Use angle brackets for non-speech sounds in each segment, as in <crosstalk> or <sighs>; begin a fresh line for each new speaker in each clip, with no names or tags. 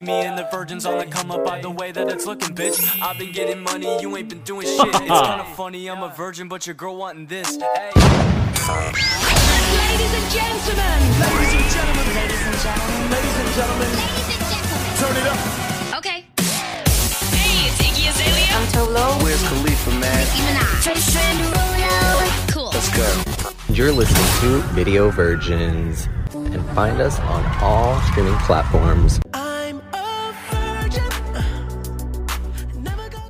Me and the virgins on the come up by the way that it's looking, bitch. I've been getting money, you ain't been doing shit. It's kinda funny, I'm a virgin, but your girl wanting this. Hey.
Ladies and gentlemen. Ladies and gentlemen. Ladies and gentlemen. Ladies and gentlemen. Ladies and gentlemen. Turn it up. Okay. Hey, it's Iggy Azalea. I'm Tolo.
Where's Khalifa, man?
Nicki Minaj. Trace Derulo. Cool.
Let's go.
You're listening to Video Virgins and find us on all streaming platforms.
I'm a virgin. Never go.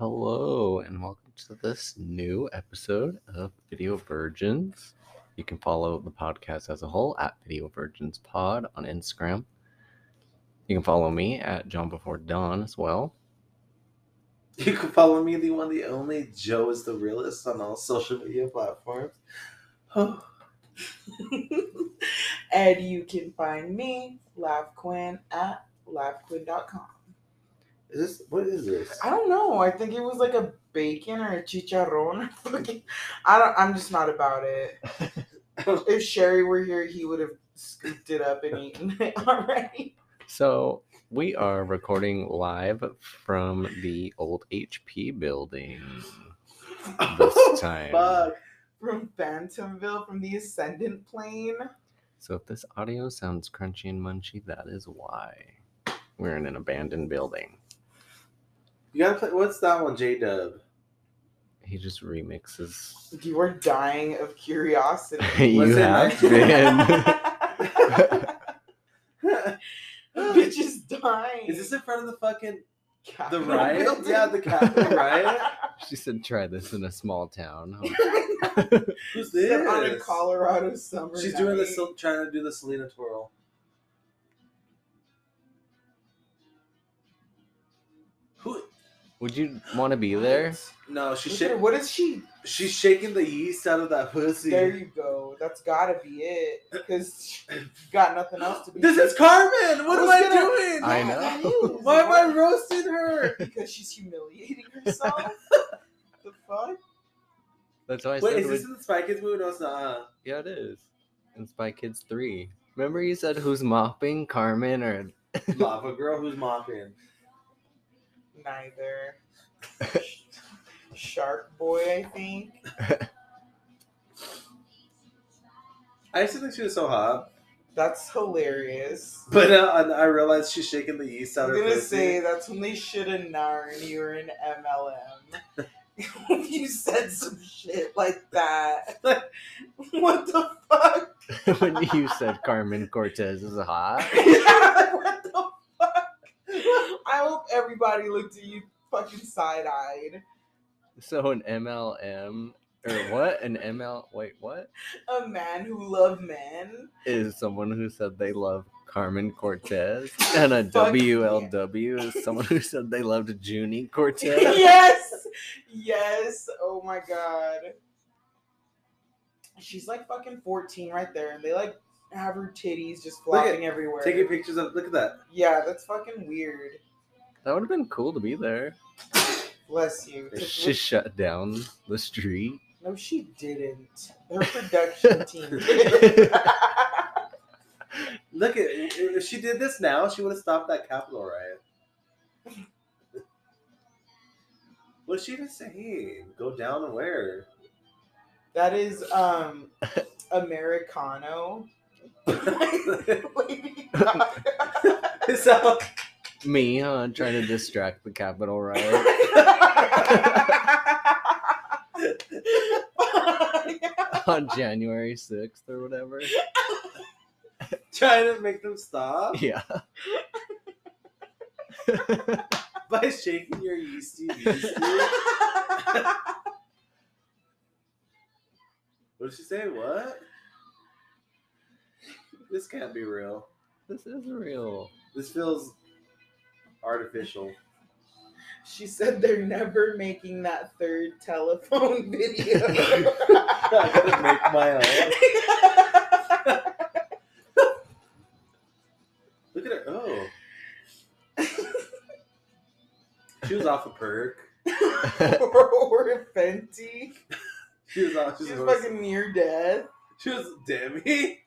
Hello, and welcome to this new episode of Video Virgins. You can follow the podcast as a whole at Video Virgins Pod on Instagram. You can follow me at John Before Dawn as well.
You can follow me, the one, the only Joe is the realist on all social media platforms. Oh,
<laughs> and you can find me, Lav Quinn, at lavquinn.com.
is this what is this? <laughs>
I don't know. I think it was like a bacon or a chicharron. <laughs> I don't. I'm just not about
<laughs>
it. If Sherry were here, he would have scooped it up and eaten it <laughs> already.
So, we are recording live from the old HP building
<laughs>
this time.
Fuck.
From Phantomville, from the Ascendant Plane.
So if this audio sounds crunchy and munchy, that is why. We're in an abandoned building.
You gotta play what's that one, J Dub?
He just remixes. <laughs>
You are dying of curiosity.
<laughs>
you
What's it
have
like?
<laughs>
been.
<laughs>
Bitch
<laughs> is
is dying.
this in front of the fucking <laughs> the
Capitol
riot?
building?
Yeah, the Capitol <laughs> riot.
<laughs> she said, try this in a small town.
Who's
They're on a
this?
Colorado summer.
She's doing
night.
the Sel- trying to do the Selena twirl. Who
Would you want to be there?
No, she
Look
shak-
at- What is she?
she's shaking the yeast out of that pussy.
There you go. That's gotta be it. Because you got nothing else to be.
This is Carmen. What am
What's
I
gonna-
doing?
I
Yeah,
know.
<laughs> that is.
Why am I roasting her?
Because she's humiliating herself.
<laughs>
the fuck?
That's why I
Wait,
said,
is this
would-
in the Spy Kids movie? No, it's not.
yeah, it is. And Spy Kids 3. Remember you said who's mopping, Carmen or <laughs>
huh? Lava girl who's mopping.
Neither. Shark Boy, I think.
I used to think she was so hot,
That's hilarious.
but uh, and I realized she's shaking the yeast out
I'm
of her
gonna
pussy.
say that's when they should have known you were an MLM. If <laughs> you said some shit like that. <laughs> what the fuck? <laughs>
when you said Carmen Cortez is hot?
what the fuck? I hope everybody looked at you fucking side eyed.
So an MLM or what? An ML? Wait, what?
A man who loved men.
is someone who said they love Carmen
<laughs>
Cortez, and a
Fuck
WLW is someone who said they loved Junie Cortez.
<laughs>
<laughs>
yes! Yes! Oh my god. She's like fucking 14 right there, and they like have her titties just
Look at-
flopping everywhere.
Taking pictures of. Look at that.
Yeah, that's fucking weird.
That would have been cool to be there.
Bless you.
She shut down the
<laughs>
street.
No, she didn't. Her production team did.
Look at. If she did this now, she would have stopped that Capitol riot. What's she just saying? Go down and where?
that is um Americano. <laughs>
<laughs>
Lady Gaga.
so,
Me, huh? Trying to distract the Capitol
<laughs>
riot. on January 6th or whatever.
trying to make them stop
Yeah.
by shaking your yeasty yeasty. What did she say? What? This can't be real.
This is real.
This feels artificial. <laughs>
she said they're never making that third telephone <laughs> video. <laughs>
I gotta make my own. Look at her. Oh. She was off a perk.
or Fenty.
She was off. She
She's
was,
fucking near death.
<laughs> she was Demi.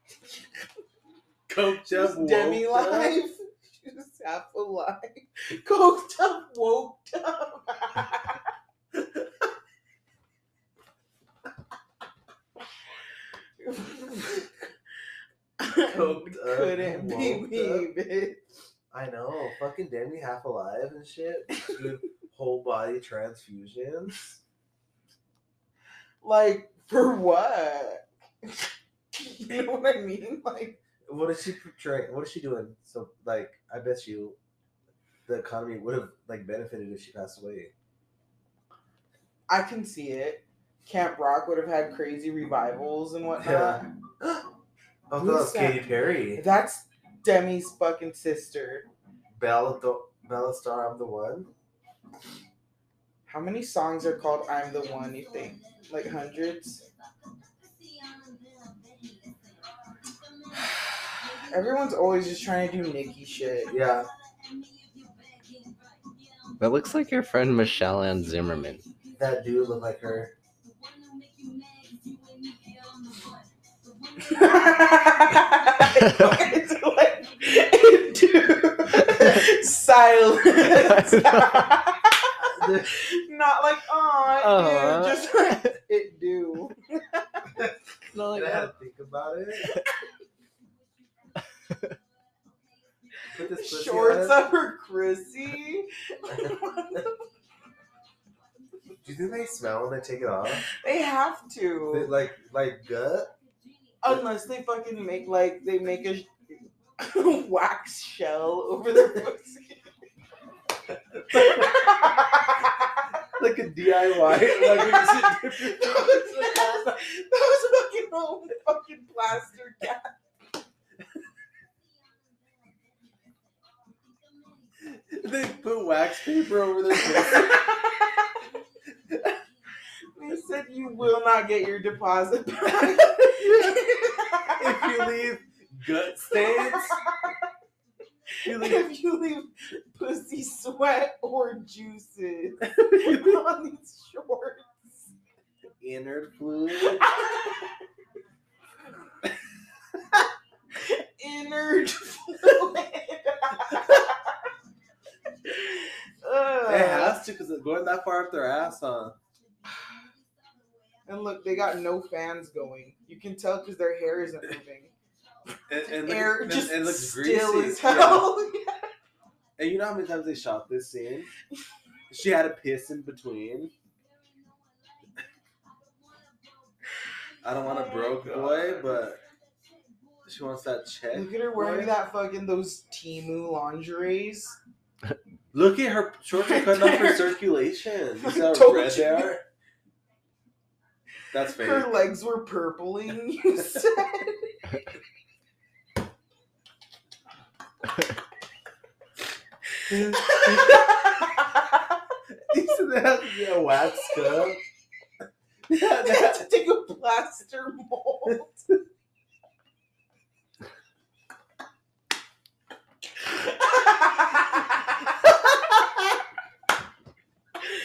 Coach up.
Demi life. <laughs> half <laughs> alive, coked up, woke up. <laughs>
Coked up,
Couldn't be
woke
me,
up.
bitch.
I know. Fucking Danny half alive and shit. Doing whole body transfusions.
Like for what? <laughs> you know what I mean? Like
What is she portraying? What is she doing? So like, I bet you, the economy would have like benefited if she passed away.
I can see it. Camp Rock would have had crazy revivals and whatnot.
Yeah. oh, that
Who's
was
that?
Katy Perry.
That's Demi's fucking sister.
Bella, Bella Star, I'm the one.
How many songs are called "I'm the One"? You think like hundreds? <sighs> Everyone's always just trying to do Nicki shit.
Yeah,
<laughs> That looks like your friend Michelle Ann Zimmerman.
that dude looked like
<laughs>
her.
it's like, <laughs> dude, silence. <laughs> Not like, oh,
Aw.
dude, just like, it do.
Did I had to think about <laughs> it. Put this pussy
Shorts
on.
up her Chrissy.
Do you think they smell when they take it off?
They have
They,
to,
like, like gut.
unless they fucking make like they make a <laughs> wax shell over
<laughs>
their pussy. <laughs>
like a DIY. Like <laughs> when you sit-
that was fucking old fucking plaster cat.
they put wax paper over their face.
They said you will not get your deposit back. <laughs>
if you leave gut stains, you leave
if you leave pussy sweat or juices <laughs> on these shorts.
inner fluid.
<laughs> Innard fluid.
It has to because it's going that far up their ass, huh?
and look, they got no fans going. You can tell because their hair isn't moving.
And, and look-
Air
and-
just
and it looks
still
greasy.
as
Yeah.
hell.
And you know how many times they shot this scene? She had a piss in between. I don't want a broke boy, but she wants that check.
Look at her wearing
boy.
that fucking those Timu lingeries.
Look at her shorts are cutting off her circulation. You see <laughs>
I
how
told
red
you.
they are? That's fake.
Her legs were purpling.
<laughs>
You said.
Isn't that yeah, wax <laughs> cup? Yeah,
<laughs> They had
that-
to take a plaster mold.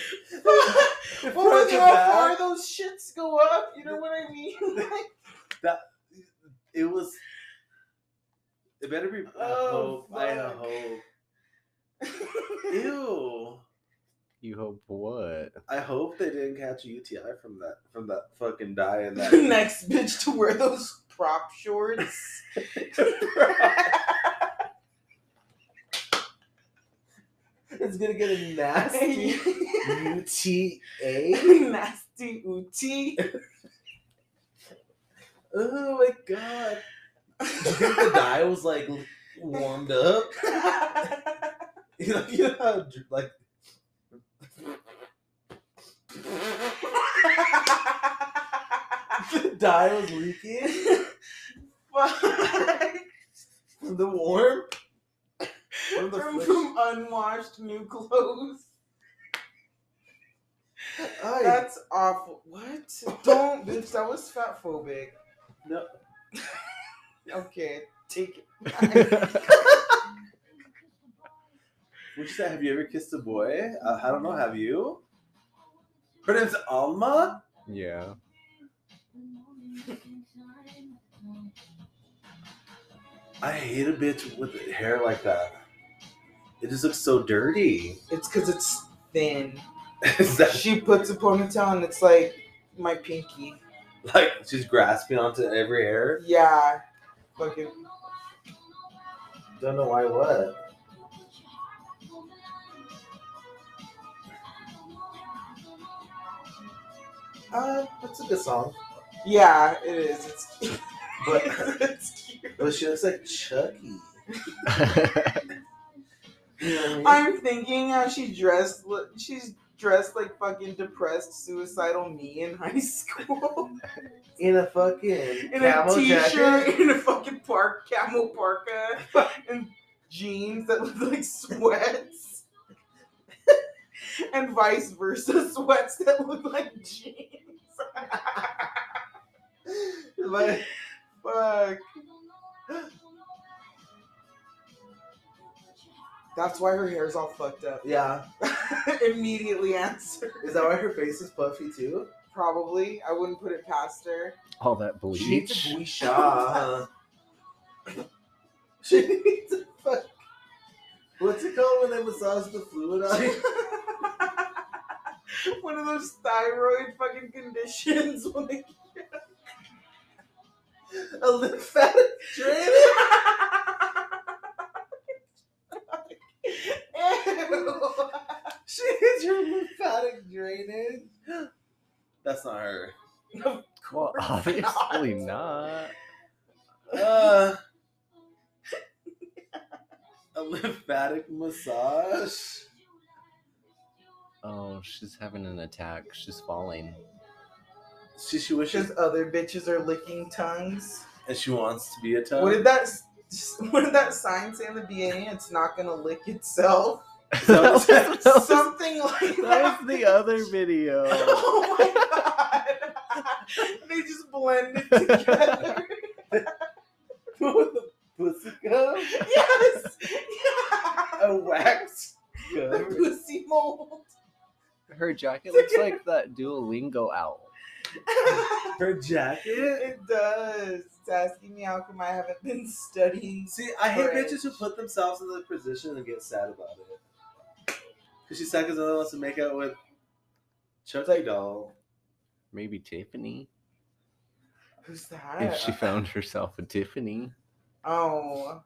front
What was
to
how far
back,
those shits go up? You know what I mean? Like,
It was. It better be. I
Oh,
hope. I
fuck.
hope. <laughs> Ew.
You hope what?
I hope they didn't catch a UTI from that from that fucking dye and <laughs> that.
next bitch to wear those prop <laughs> shorts.
it's gonna get a nasty UTA.
<laughs>
<laughs>
Nasty <laughs> Uti.
Oh my god. Do you think the dye was like warmed up? <laughs> You know, you know how, dr- like <laughs> the dye was leaking
Fuck.
from the warm. From the
From,
flick-
from unwashed new clothes.
Ay,
That's awful. What? Don't, bitch. That was fat phobic.
No.
<laughs> okay, take it.
Which is that? Have you ever kissed a boy? Uh, I don't know. Have you? Her name's Alma. <laughs>
yeah.
I hate a bitch with hair like that. It just looks so dirty. <laughs>
It's because it's thin.
Is that
She puts a ponytail and it's like my pinky.
like she's grasping onto every hair?
Yeah. Fucking.
Don't know why what. Uh, that's a good song.
Yeah, it is. It's cute.
But <laughs>
it's cute. <laughs>
but she looks like Chucky. You know what I mean?
I'm thinking how she dressed. li- She's dressed like fucking depressed, suicidal me in high <laughs> school.
in a fucking
in
camo
a t-shirt, <laughs>
jacket.
in a fucking park camel parka,
<laughs>
and jeans that look
<laughs>
like sweats, and vice versa, <laughs> sweats that look like jeans. <laughs>
Like,
Fuck. That's why her hair's all fucked up. <laughs>
yeah.
Immediately answer.
Is that why her face is puffy too?
Probably. I wouldn't put it past her.
All that
She needs
bleach.
a bleach. Ah. <laughs> she needs a fuck. What's it called when they massage the fluid out?
<laughs> One of those thyroid fucking conditions <laughs> when they
<laughs> a lymphatic drainage.
Ew.
<laughs> She needs her lymphatic drainage. That's not <laughs> her.
Well, obviously not.
Uh, a lymphatic massage.
Oh, she's having an attack. She's falling.
She she wishes
Because other bitches are licking tongues.
and she wants to be a tub.
What did that? s- <laughs> What did that sign say in the beginning? It's not gonna lick itself.
<laughs>
<laughs>
That was-
<laughs> Something like that.
the other video.
<laughs> Oh my god! <laughs> they just blended <laughs> together.
pussy gum?
yes. <laughs> Yeah.
A wax
The
gum?
pussy mold. <laughs>
Her jacket looks like that Duolingo owl.
Her jacket?
it does. It's asking me how come I haven't <laughs> been studying.
See, I hate
Right.
bitches who put themselves in the position and get sad about it. Cause she said, "Cause I wants to make out with Chucky doll."
Maybe Tiffany.
Who's that?
If she found herself a Tiffany.
Oh,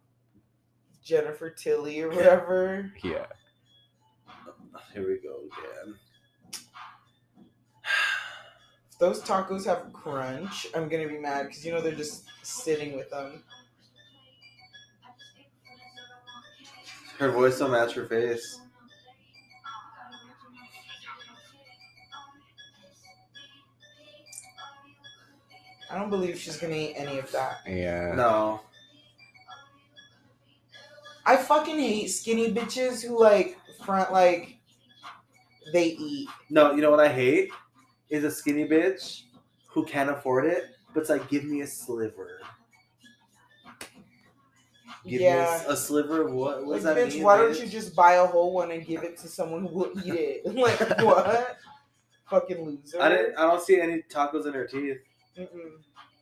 Jennifer Tilly or whatever.
Yeah.
Here we go again.
If those tacos have crunch, I'm gonna be mad because you know they're just sitting with them.
Her voice don't match her face.
I don't believe she's gonna eat any of that.
Yeah.
No.
I fucking hate skinny bitches who like front like they eat.
No, you know what I hate? Is a skinny bitch who can't afford it, but it's like, give me a sliver. Give
yeah.
me a s- a, sliver of what? What
Like,
does that
bitch,
mean?
why don't
bitch?
you just buy a whole one and give it to someone who will eat it?
<laughs>
<laughs> like, what? fucking loser.
I, didn't, I don't see any tacos in her teeth
Mm-mm.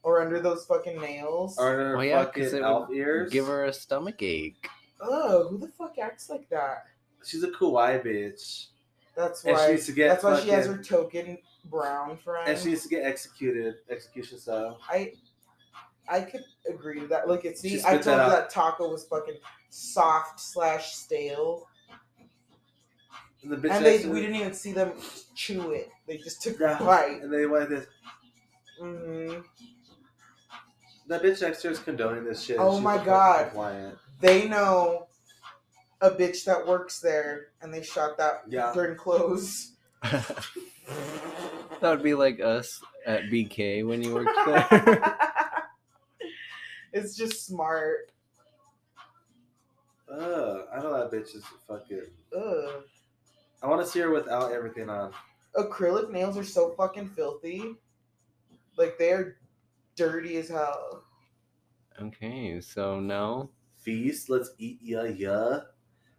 Or under those fucking nails.
or her
Oh, yeah, 'cause it
fucking
would
elf ears.
Give her a stomach ache. <laughs>
Ugh, who the fuck acts like that?
She's a kawaii bitch,
That's
and she
why.
needs to get.
That's why she has
fucking-
her token brown friend.
And she needs to get executed, execution style.
I I could agree to that. Look at see,
She
I
spit
told you
that out.
that taco was fucking soft slash stale,
And the bitch
and they
actually-
we didn't even see them chew it. They just took
Yeah.
a bite.
And they wanted this.
hmm
That bitch next to her is condoning this shit. and
Oh
she's
my
a fucking
God.
Compliant.
They know a bitch that works there, and they shot that
Yeah.
during close.
<laughs>
that would be like us at BK when you worked
<laughs>
there.
<laughs> it's just smart.
Ugh, I know that bitch is fucking.
Ugh.
I want to see her without everything on.
acrylic nails are so fucking filthy. Like they are dirty as hell.
okay, so no.
Feast, let's eat ya ya.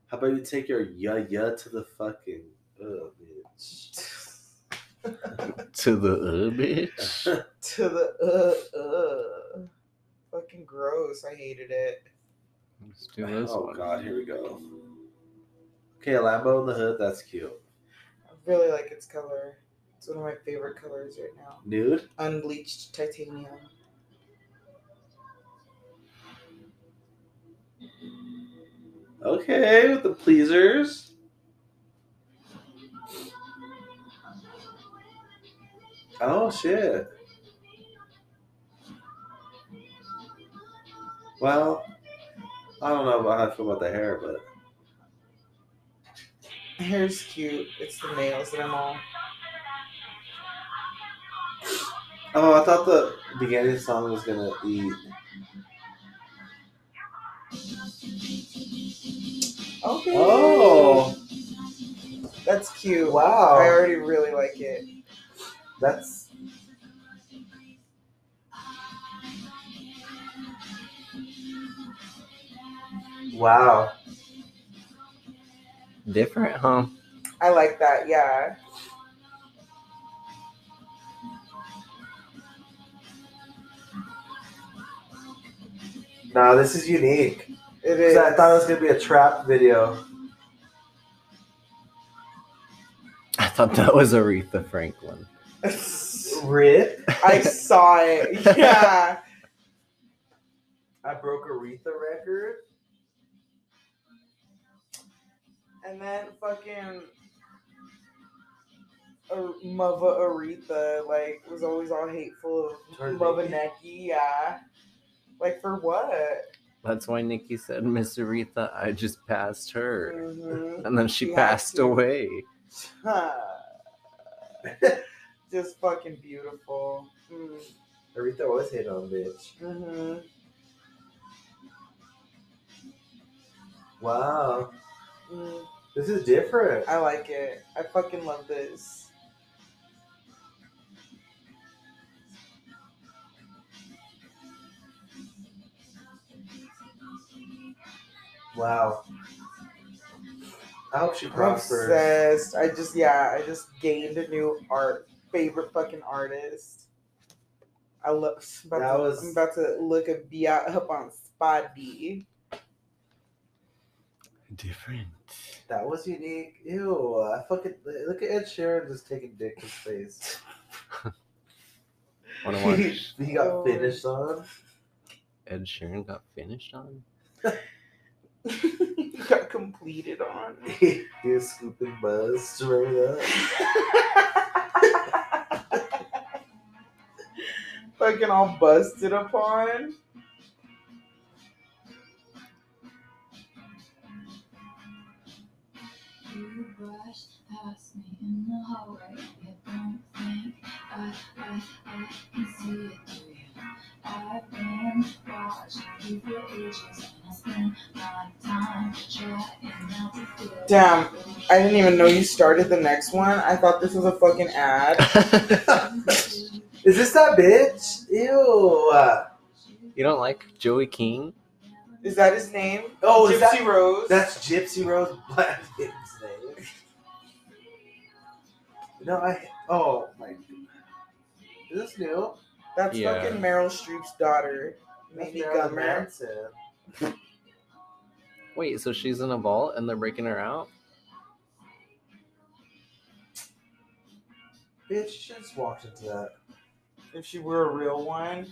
How about you take your ya ya to the fucking oh bitch.
To the uh, bitch.
To the uh uh fucking gross. I hated it.
Let's do this
Oh
one.
god, here we go. Okay, a Lambo in the hood. That's cute.
I really like its color. It's one of my favorite colors right now.
Nude.
Unbleached titanium.
Okay, with the pleasers. Oh shit. Well, I don't know about how I feel about the hair, but
Hair's cute. It's the nails that I'm all.
oh, I thought the beginning song was gonna eat.
Okay.
Oh,
That's cute.
Wow.
I already really like it.
that's wow.
Different, huh?
I like that. Yeah.
No, this is unique.
It
'Cause
is.
I thought it was gonna be a trap video.
I thought that was Aretha Franklin.
Rip.
<laughs> I saw
<laughs>
it. Yeah.
I broke Aretha record.
And then fucking Ar- Mother Aretha, like, was always all hateful of
Turned
Mother
Nikki?
Necky, yeah. Like, for what?
That's why Nikki said, Miss Aretha, I just passed her.
Mhm.
And then she
Yeah,
passed
dude.
away.
Just fucking beautiful. Mm.
Aretha always hit on bitch.
hmm
Wow,
Mm.
this is different.
I like it. I fucking love this.
Wow. I hope she
I'm
prospers.
obsessed. I just yeah, I just gained a new art favorite fucking artist. I look about
That
to,
was-
I'm about to look a B out up on Spot B. <laughs>
Different.
That was unique. Ew, I fucking look at Ed Sheeran just taking dick to
<laughs>
space.
Wanna
he
watch
he got
Oh.
finished on.
<laughs>
Ed Sheeran got finished on?
Got completed on. <laughs>
he was scooping buzz straight up. <laughs>
fucking all busted upon.
You brushed past me in the hallway. You don't think I, I, I can see it, do you? I've been watching you for ages, and I spend my time trying not to feel.
Damn, I didn't even know you started the next one. I thought this was a fucking ad.
Is this that bitch? Ew.
you don't like Joey King?
Is that his name?
Oh,
Gypsy
is that,
Rose.
that's Gypsy Rose Black Hit's name. No, I. Oh my. Is this new?
That's
Yeah.
fucking Meryl Streep's daughter,
That's
Mamie
Marilyn
Gummer.
Manson.
Wait, so she's in a vault and they're breaking her out?
Bitch, you should just walked into that.
If she were a real one,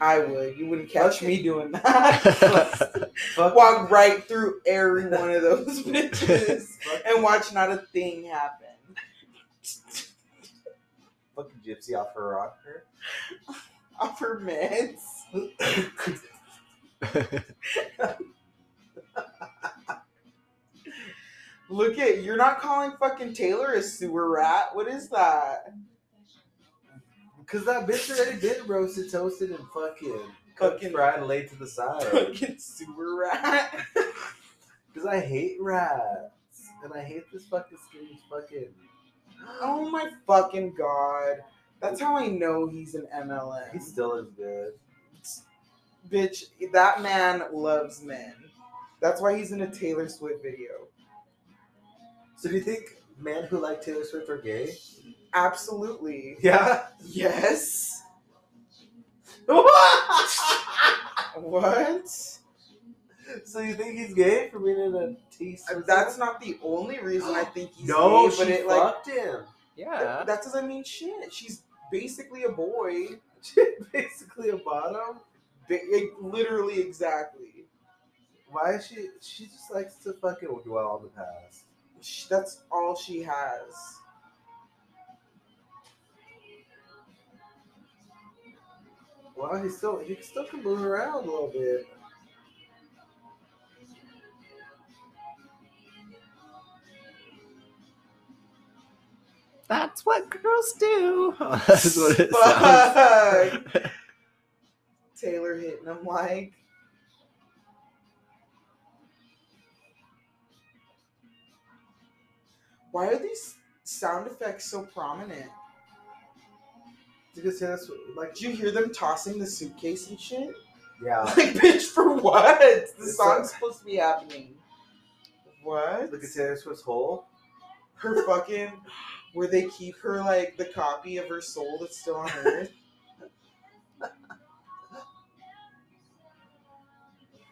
I would. You wouldn't catch me doing that.
Fuck.
Walk right through every one of those <laughs> bitches and watch not a thing happen.
Fucking Gypsy off her rocker.
<laughs> Off her meds. Look at you're not calling fucking Taylor a sewer rat. What is that?
Cause that bitch already been roasted, toasted, and fucking
Fucking-
fucking fried and laid to the side.
Fucking sewer rat.
<laughs> Cause I hate rats, and I hate this fucking strange fucking.
Oh my fucking god. That's how I know he's an MLM.
He still is good.
Bitch, that man loves men. That's why he's in a Taylor Swift video.
So do you think men who like Taylor Swift are gay?
Absolutely.
Yeah. <laughs>
Yes.
what?
What?
So you think he's gay for being in a tea?
That's not the only reason I think
<gasps>
he's
no,
gay,
she
but it like
fucked him.
Yeah.
<laughs>
that, that doesn't mean shit. She's basically a boy,
Basically a bottom.
Ba- like, literally exactly.
Why is she? She just likes to fucking dwell on the past.
She, that's all she has.
Wow, he still he still can move around a little bit.
That's what girls do. <laughs> That's what it sounds.
Fuck. Taylor hitting him like. Why are these sound effects so prominent?
You can see that's like
Did you hear them tossing the suitcase and shit? <laughs>
<laughs> yeah.
Like, bitch, for what? The
It's
song's supposed to be happening. What?
Look at Taylor Swift's hole.
her fucking where they keep her like the copy of her soul that's still on Earth.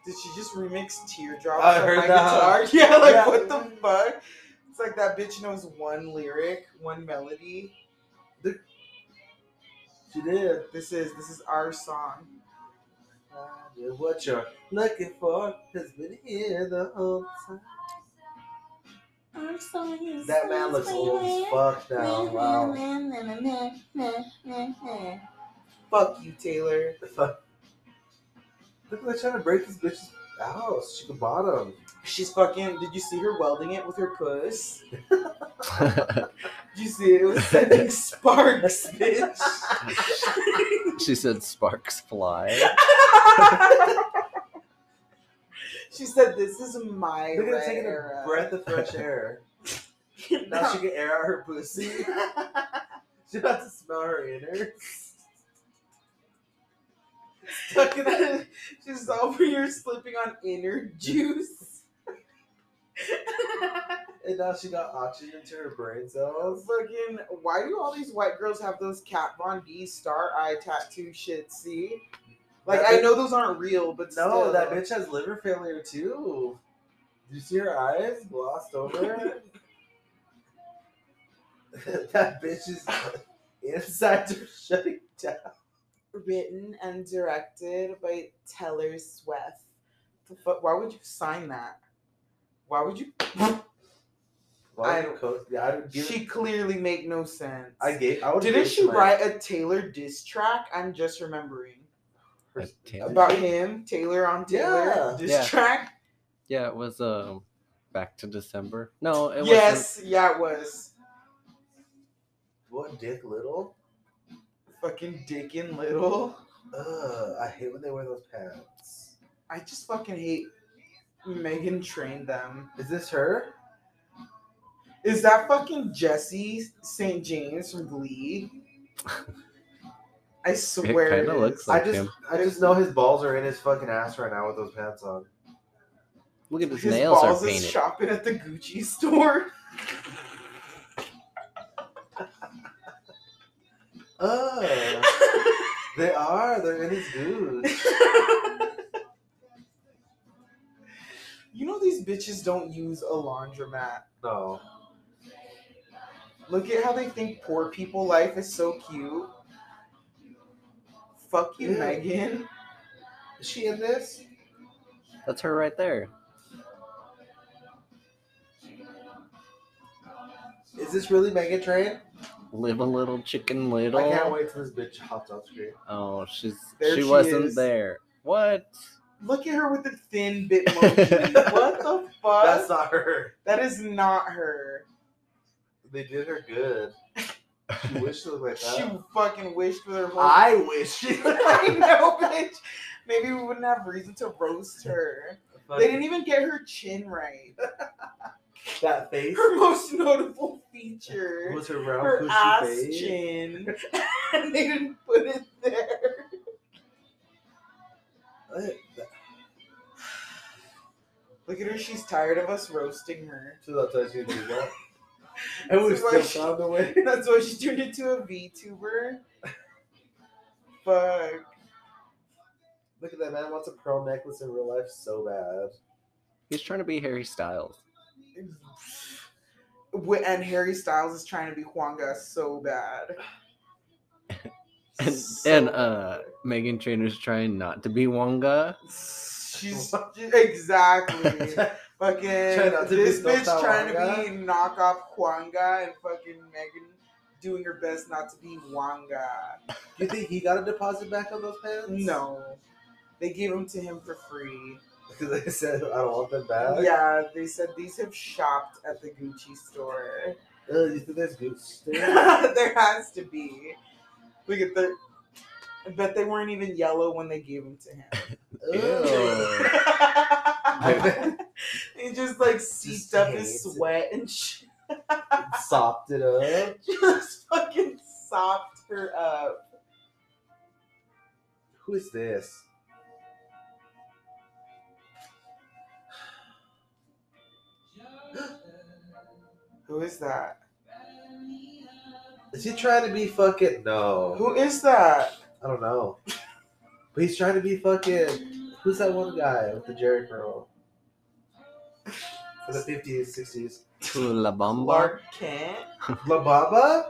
Did she just remix teardrops
I
on
heard
my
that.
guitar? <laughs> Yeah, like
Yeah.
what the fuck? It's like that bitch knows one lyric, one melody.
She did.
This is this is our song.
Find you What you're looking for has been here the whole time. That man looks old as fuck now. Wow.
Fuck you, Taylor.
Fuck. Look, they're trying to break this bitch's house. She could bottom.
She's fucking. Did you see her welding it with her puss? Did you see it?
<laughs>
It was sending sparks, bitch.
<laughs> she said sparks fly.
she said, "This is my
Look at her
red
taking
era."
a breath of fresh air. <laughs> Now she can air out her pussy. <laughs> She about to smell her inner.
stuck in the, <laughs> she's over here slipping on inner juice.
And now she got oxygen to her brain cells.
Fucking, why do all these white girls have those Kat Von D star eye tattoo shit? See, like
That
I
bitch-
know those aren't real, but
No,
still.
that bitch has liver failure too. Did you see her eyes glossed <laughs> over? that bitch is inside her shutting down.
written and directed by Taylor Swift. The fu- why would you sign that? Why would you?
Why
I
would
don't-
co- yeah, I would give
She clearly made no sense.
I gave. I would
Didn't
give
she
to my-
write a Taylor diss track? I'm just remembering
her-
Taylor?
about him, Taylor on Taylor
Yeah.
diss
Yeah.
track.
Yeah, it was um back to December. No, it wasn't.
yes, yeah, it was
What Dick Little?
fucking Dick and Little.
Ugh, I hate when they wear those pants.
I just fucking hate Megan trained them.
Is this her?
Is that fucking Jesse St. James from Glee?
<laughs>
I swear
It kind of looks
is.
like
I just
him.
I just know his balls are in his fucking ass right now with those pants on.
Look at his,
His
nails
balls
are
is
painted.
shopping at the Gucci store.
Ugh, <laughs> they are. They're in his dude.
you know these bitches don't use a laundromat.
<laughs> No.
Look at how they think poor people life is so cute. Fuck you,
Yeah.
Megan.
Is she in this?
That's her right there.
Is this really Megan Train?
Live a little, chicken little.
I can't wait till this bitch hops on screen.
Oh, she's
There
she,
she
wasn't
is.
there. What?
Look at her with the thin bit
<laughs>
bitmoji. what the fuck?
That's not her.
that is not her.
They did her good. She wished it looked like
She
that.
fucking wished with her whole <laughs>
I wish <laughs> she
I know, bitch. Maybe we wouldn't have reason to roast her. They didn't even get her chin right.
that face.
Her most notable feature,
Was her round
her
pussy
ass
face?
<laughs> chin, and they didn't put it there.
What?
Look at her; she's tired of us roasting <laughs> her.
She thought that she did that. And we
So
still
like-
found a way.
That's why she turned into a VTuber. Fuck.
Look at that man wants a pearl necklace in real life so bad.
He's trying to be Harry Styles.
Wi- And Harry Styles is trying to be Huanga so bad.
And
So
and uh Megan Trainor's trying not to be Wonga.
bad. she's
<laughs>
<laughs> exactly. Fucking
Try not to
this
be
bitch
Dota
trying to
Wanga.
be knockoff Kwanga and fucking Megan doing her best not to be Wanga.
you think he got a deposit back on those pants?
No. They gave them to him for free.
<laughs> Because I said, I don't want them back.
Yeah, they said these have shopped at the Gucci store. <laughs>
Ugh, you think there's gooch there?
there has to be. Look at the. I bet they weren't even yellow when they gave them to
<laughs>
him. <laughs>
Ew. I bet
he just like seeped
Just
up his
hates it.
sweat and shit.
it sopped it up.
just <laughs> fucking sopped her up.
Who is this?
Who is that?
Is he trying to be fucking no?
Who is that?
I don't know. But he's trying to be fucking. Who's that one guy with the Jerry curl? For the 50s, 60s.
<laughs>
La Bamba.
Clark Kent?
La Bamba?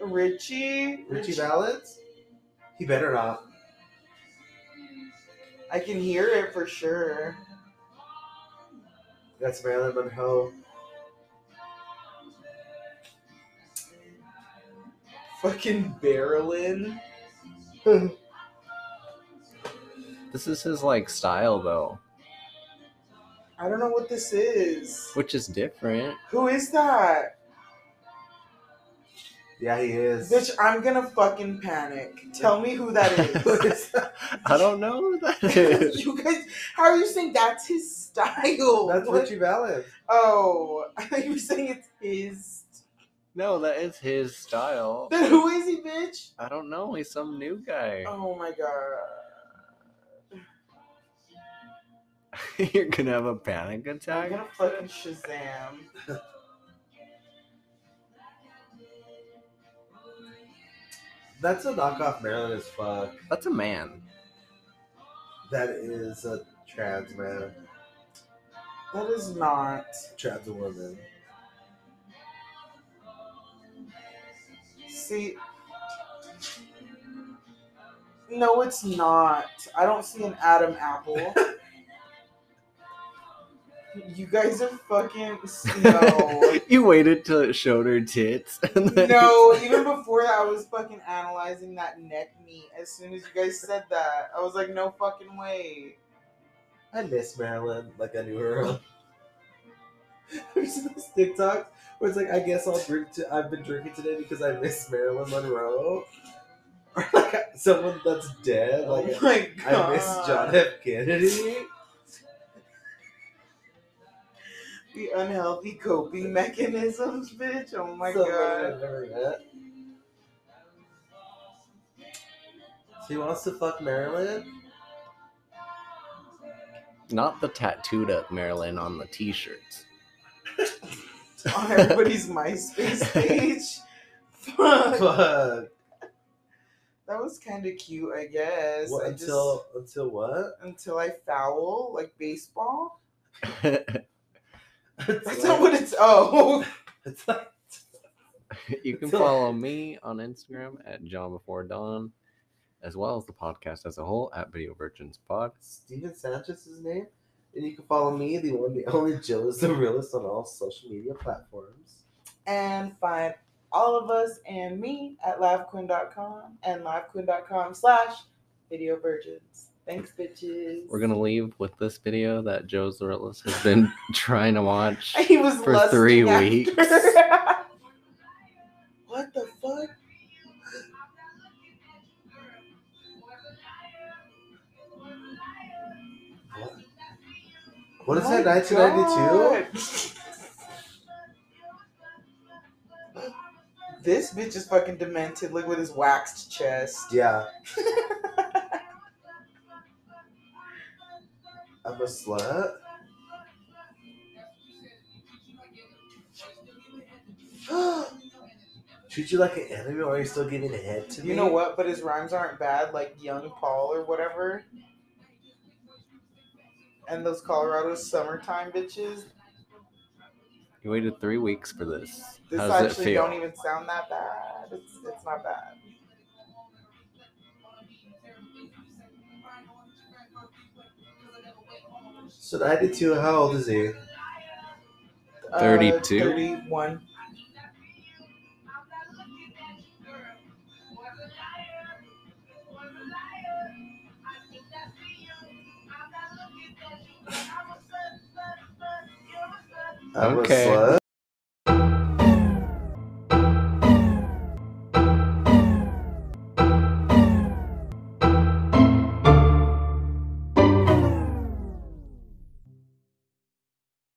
Richie?
Richie Valens? He better not.
I can hear it for sure.
That's Marilyn Monroe.
Fucking barreling.
This is his like style though,
I don't know what this is.
which is
<laughs>
different.
Who is that?
Yeah, he is. <laughs>
Bitch, I'm gonna fucking panic. Tell me who that is.
I don't know who that is.
<laughs> you guys, how are you saying that's his style?
That's
What-
Richie Valens.
Oh, <laughs> I thought you were saying it's his.
No, that is his style.
Then who is he, bitch?
I don't know. He's some new guy.
Oh my god.
<laughs> You're gonna have a panic
I'm
attack.
gonna fucking Shazam.
That's a knockoff Marilyn as fuck.
That's a man.
That is a trans man.
That is not.
Trans woman.
See. No, it's not. I don't see an Adam
<laughs>
Apple. you guys are fucking. No.
you waited till it showed her tits, <laughs> and then
No, even before that, I was fucking analyzing that neck meat. As soon as you guys said that, I was like, no fucking way.
I miss Marilyn like I knew her. <laughs> Have you seen those TikToks where it's like, I guess I'll drink. To, I've been drinking today because I miss Marilyn Monroe, <laughs> or like someone that's dead. Like
oh my god.
I
<laughs>
miss John F. Kennedy.
The unhealthy coping mechanisms, bitch. Oh my
someone
god.
I've never met. She wants to fuck Marilyn.
not the tattooed up Marilyn on the t-shirts. <laughs>
on everybody's MySpace page. Fuck.
<laughs> Fuck.
That was kind of cute, I guess.
What,
I just-
until until
<laughs>
what?
until I foul like baseball. <laughs> That's
Until
not what it's. Oh, <laughs>
It's like,
<laughs> you can
So-
follow me on Instagram at John Before Dawn, as well as the podcast as a whole at Video Virgins Pod.
Steven Sanchez is his name. And you can follow me, the one, the only Jill is the realist on all social media platforms.
and find all of us and me at livequeen.com and livequeen.com slash video virgins. Thanks, bitches.
We're gonna leave with this video that Joe Zorillis has been <laughs> trying to watch.
<laughs> He was
for
lusting
three
after-
weeks.
<laughs> what the fuck?
What? What is
My
that, 1992?
God. This bitch is fucking demented. Look with his waxed chest.
Yeah. I'm a slut. <gasps> Treat you like an enemy, or are you still giving head to me?
You know what? But his rhymes aren't bad, like Young Paul or whatever. and those Colorado summertime bitches.
You waited three weeks for this.
This
How does it
actually
feel?
don't even sound that bad. It's, it's not bad.
So 92, how old is he?
Uh,
32?
31.
I'm a
Okay.
slut.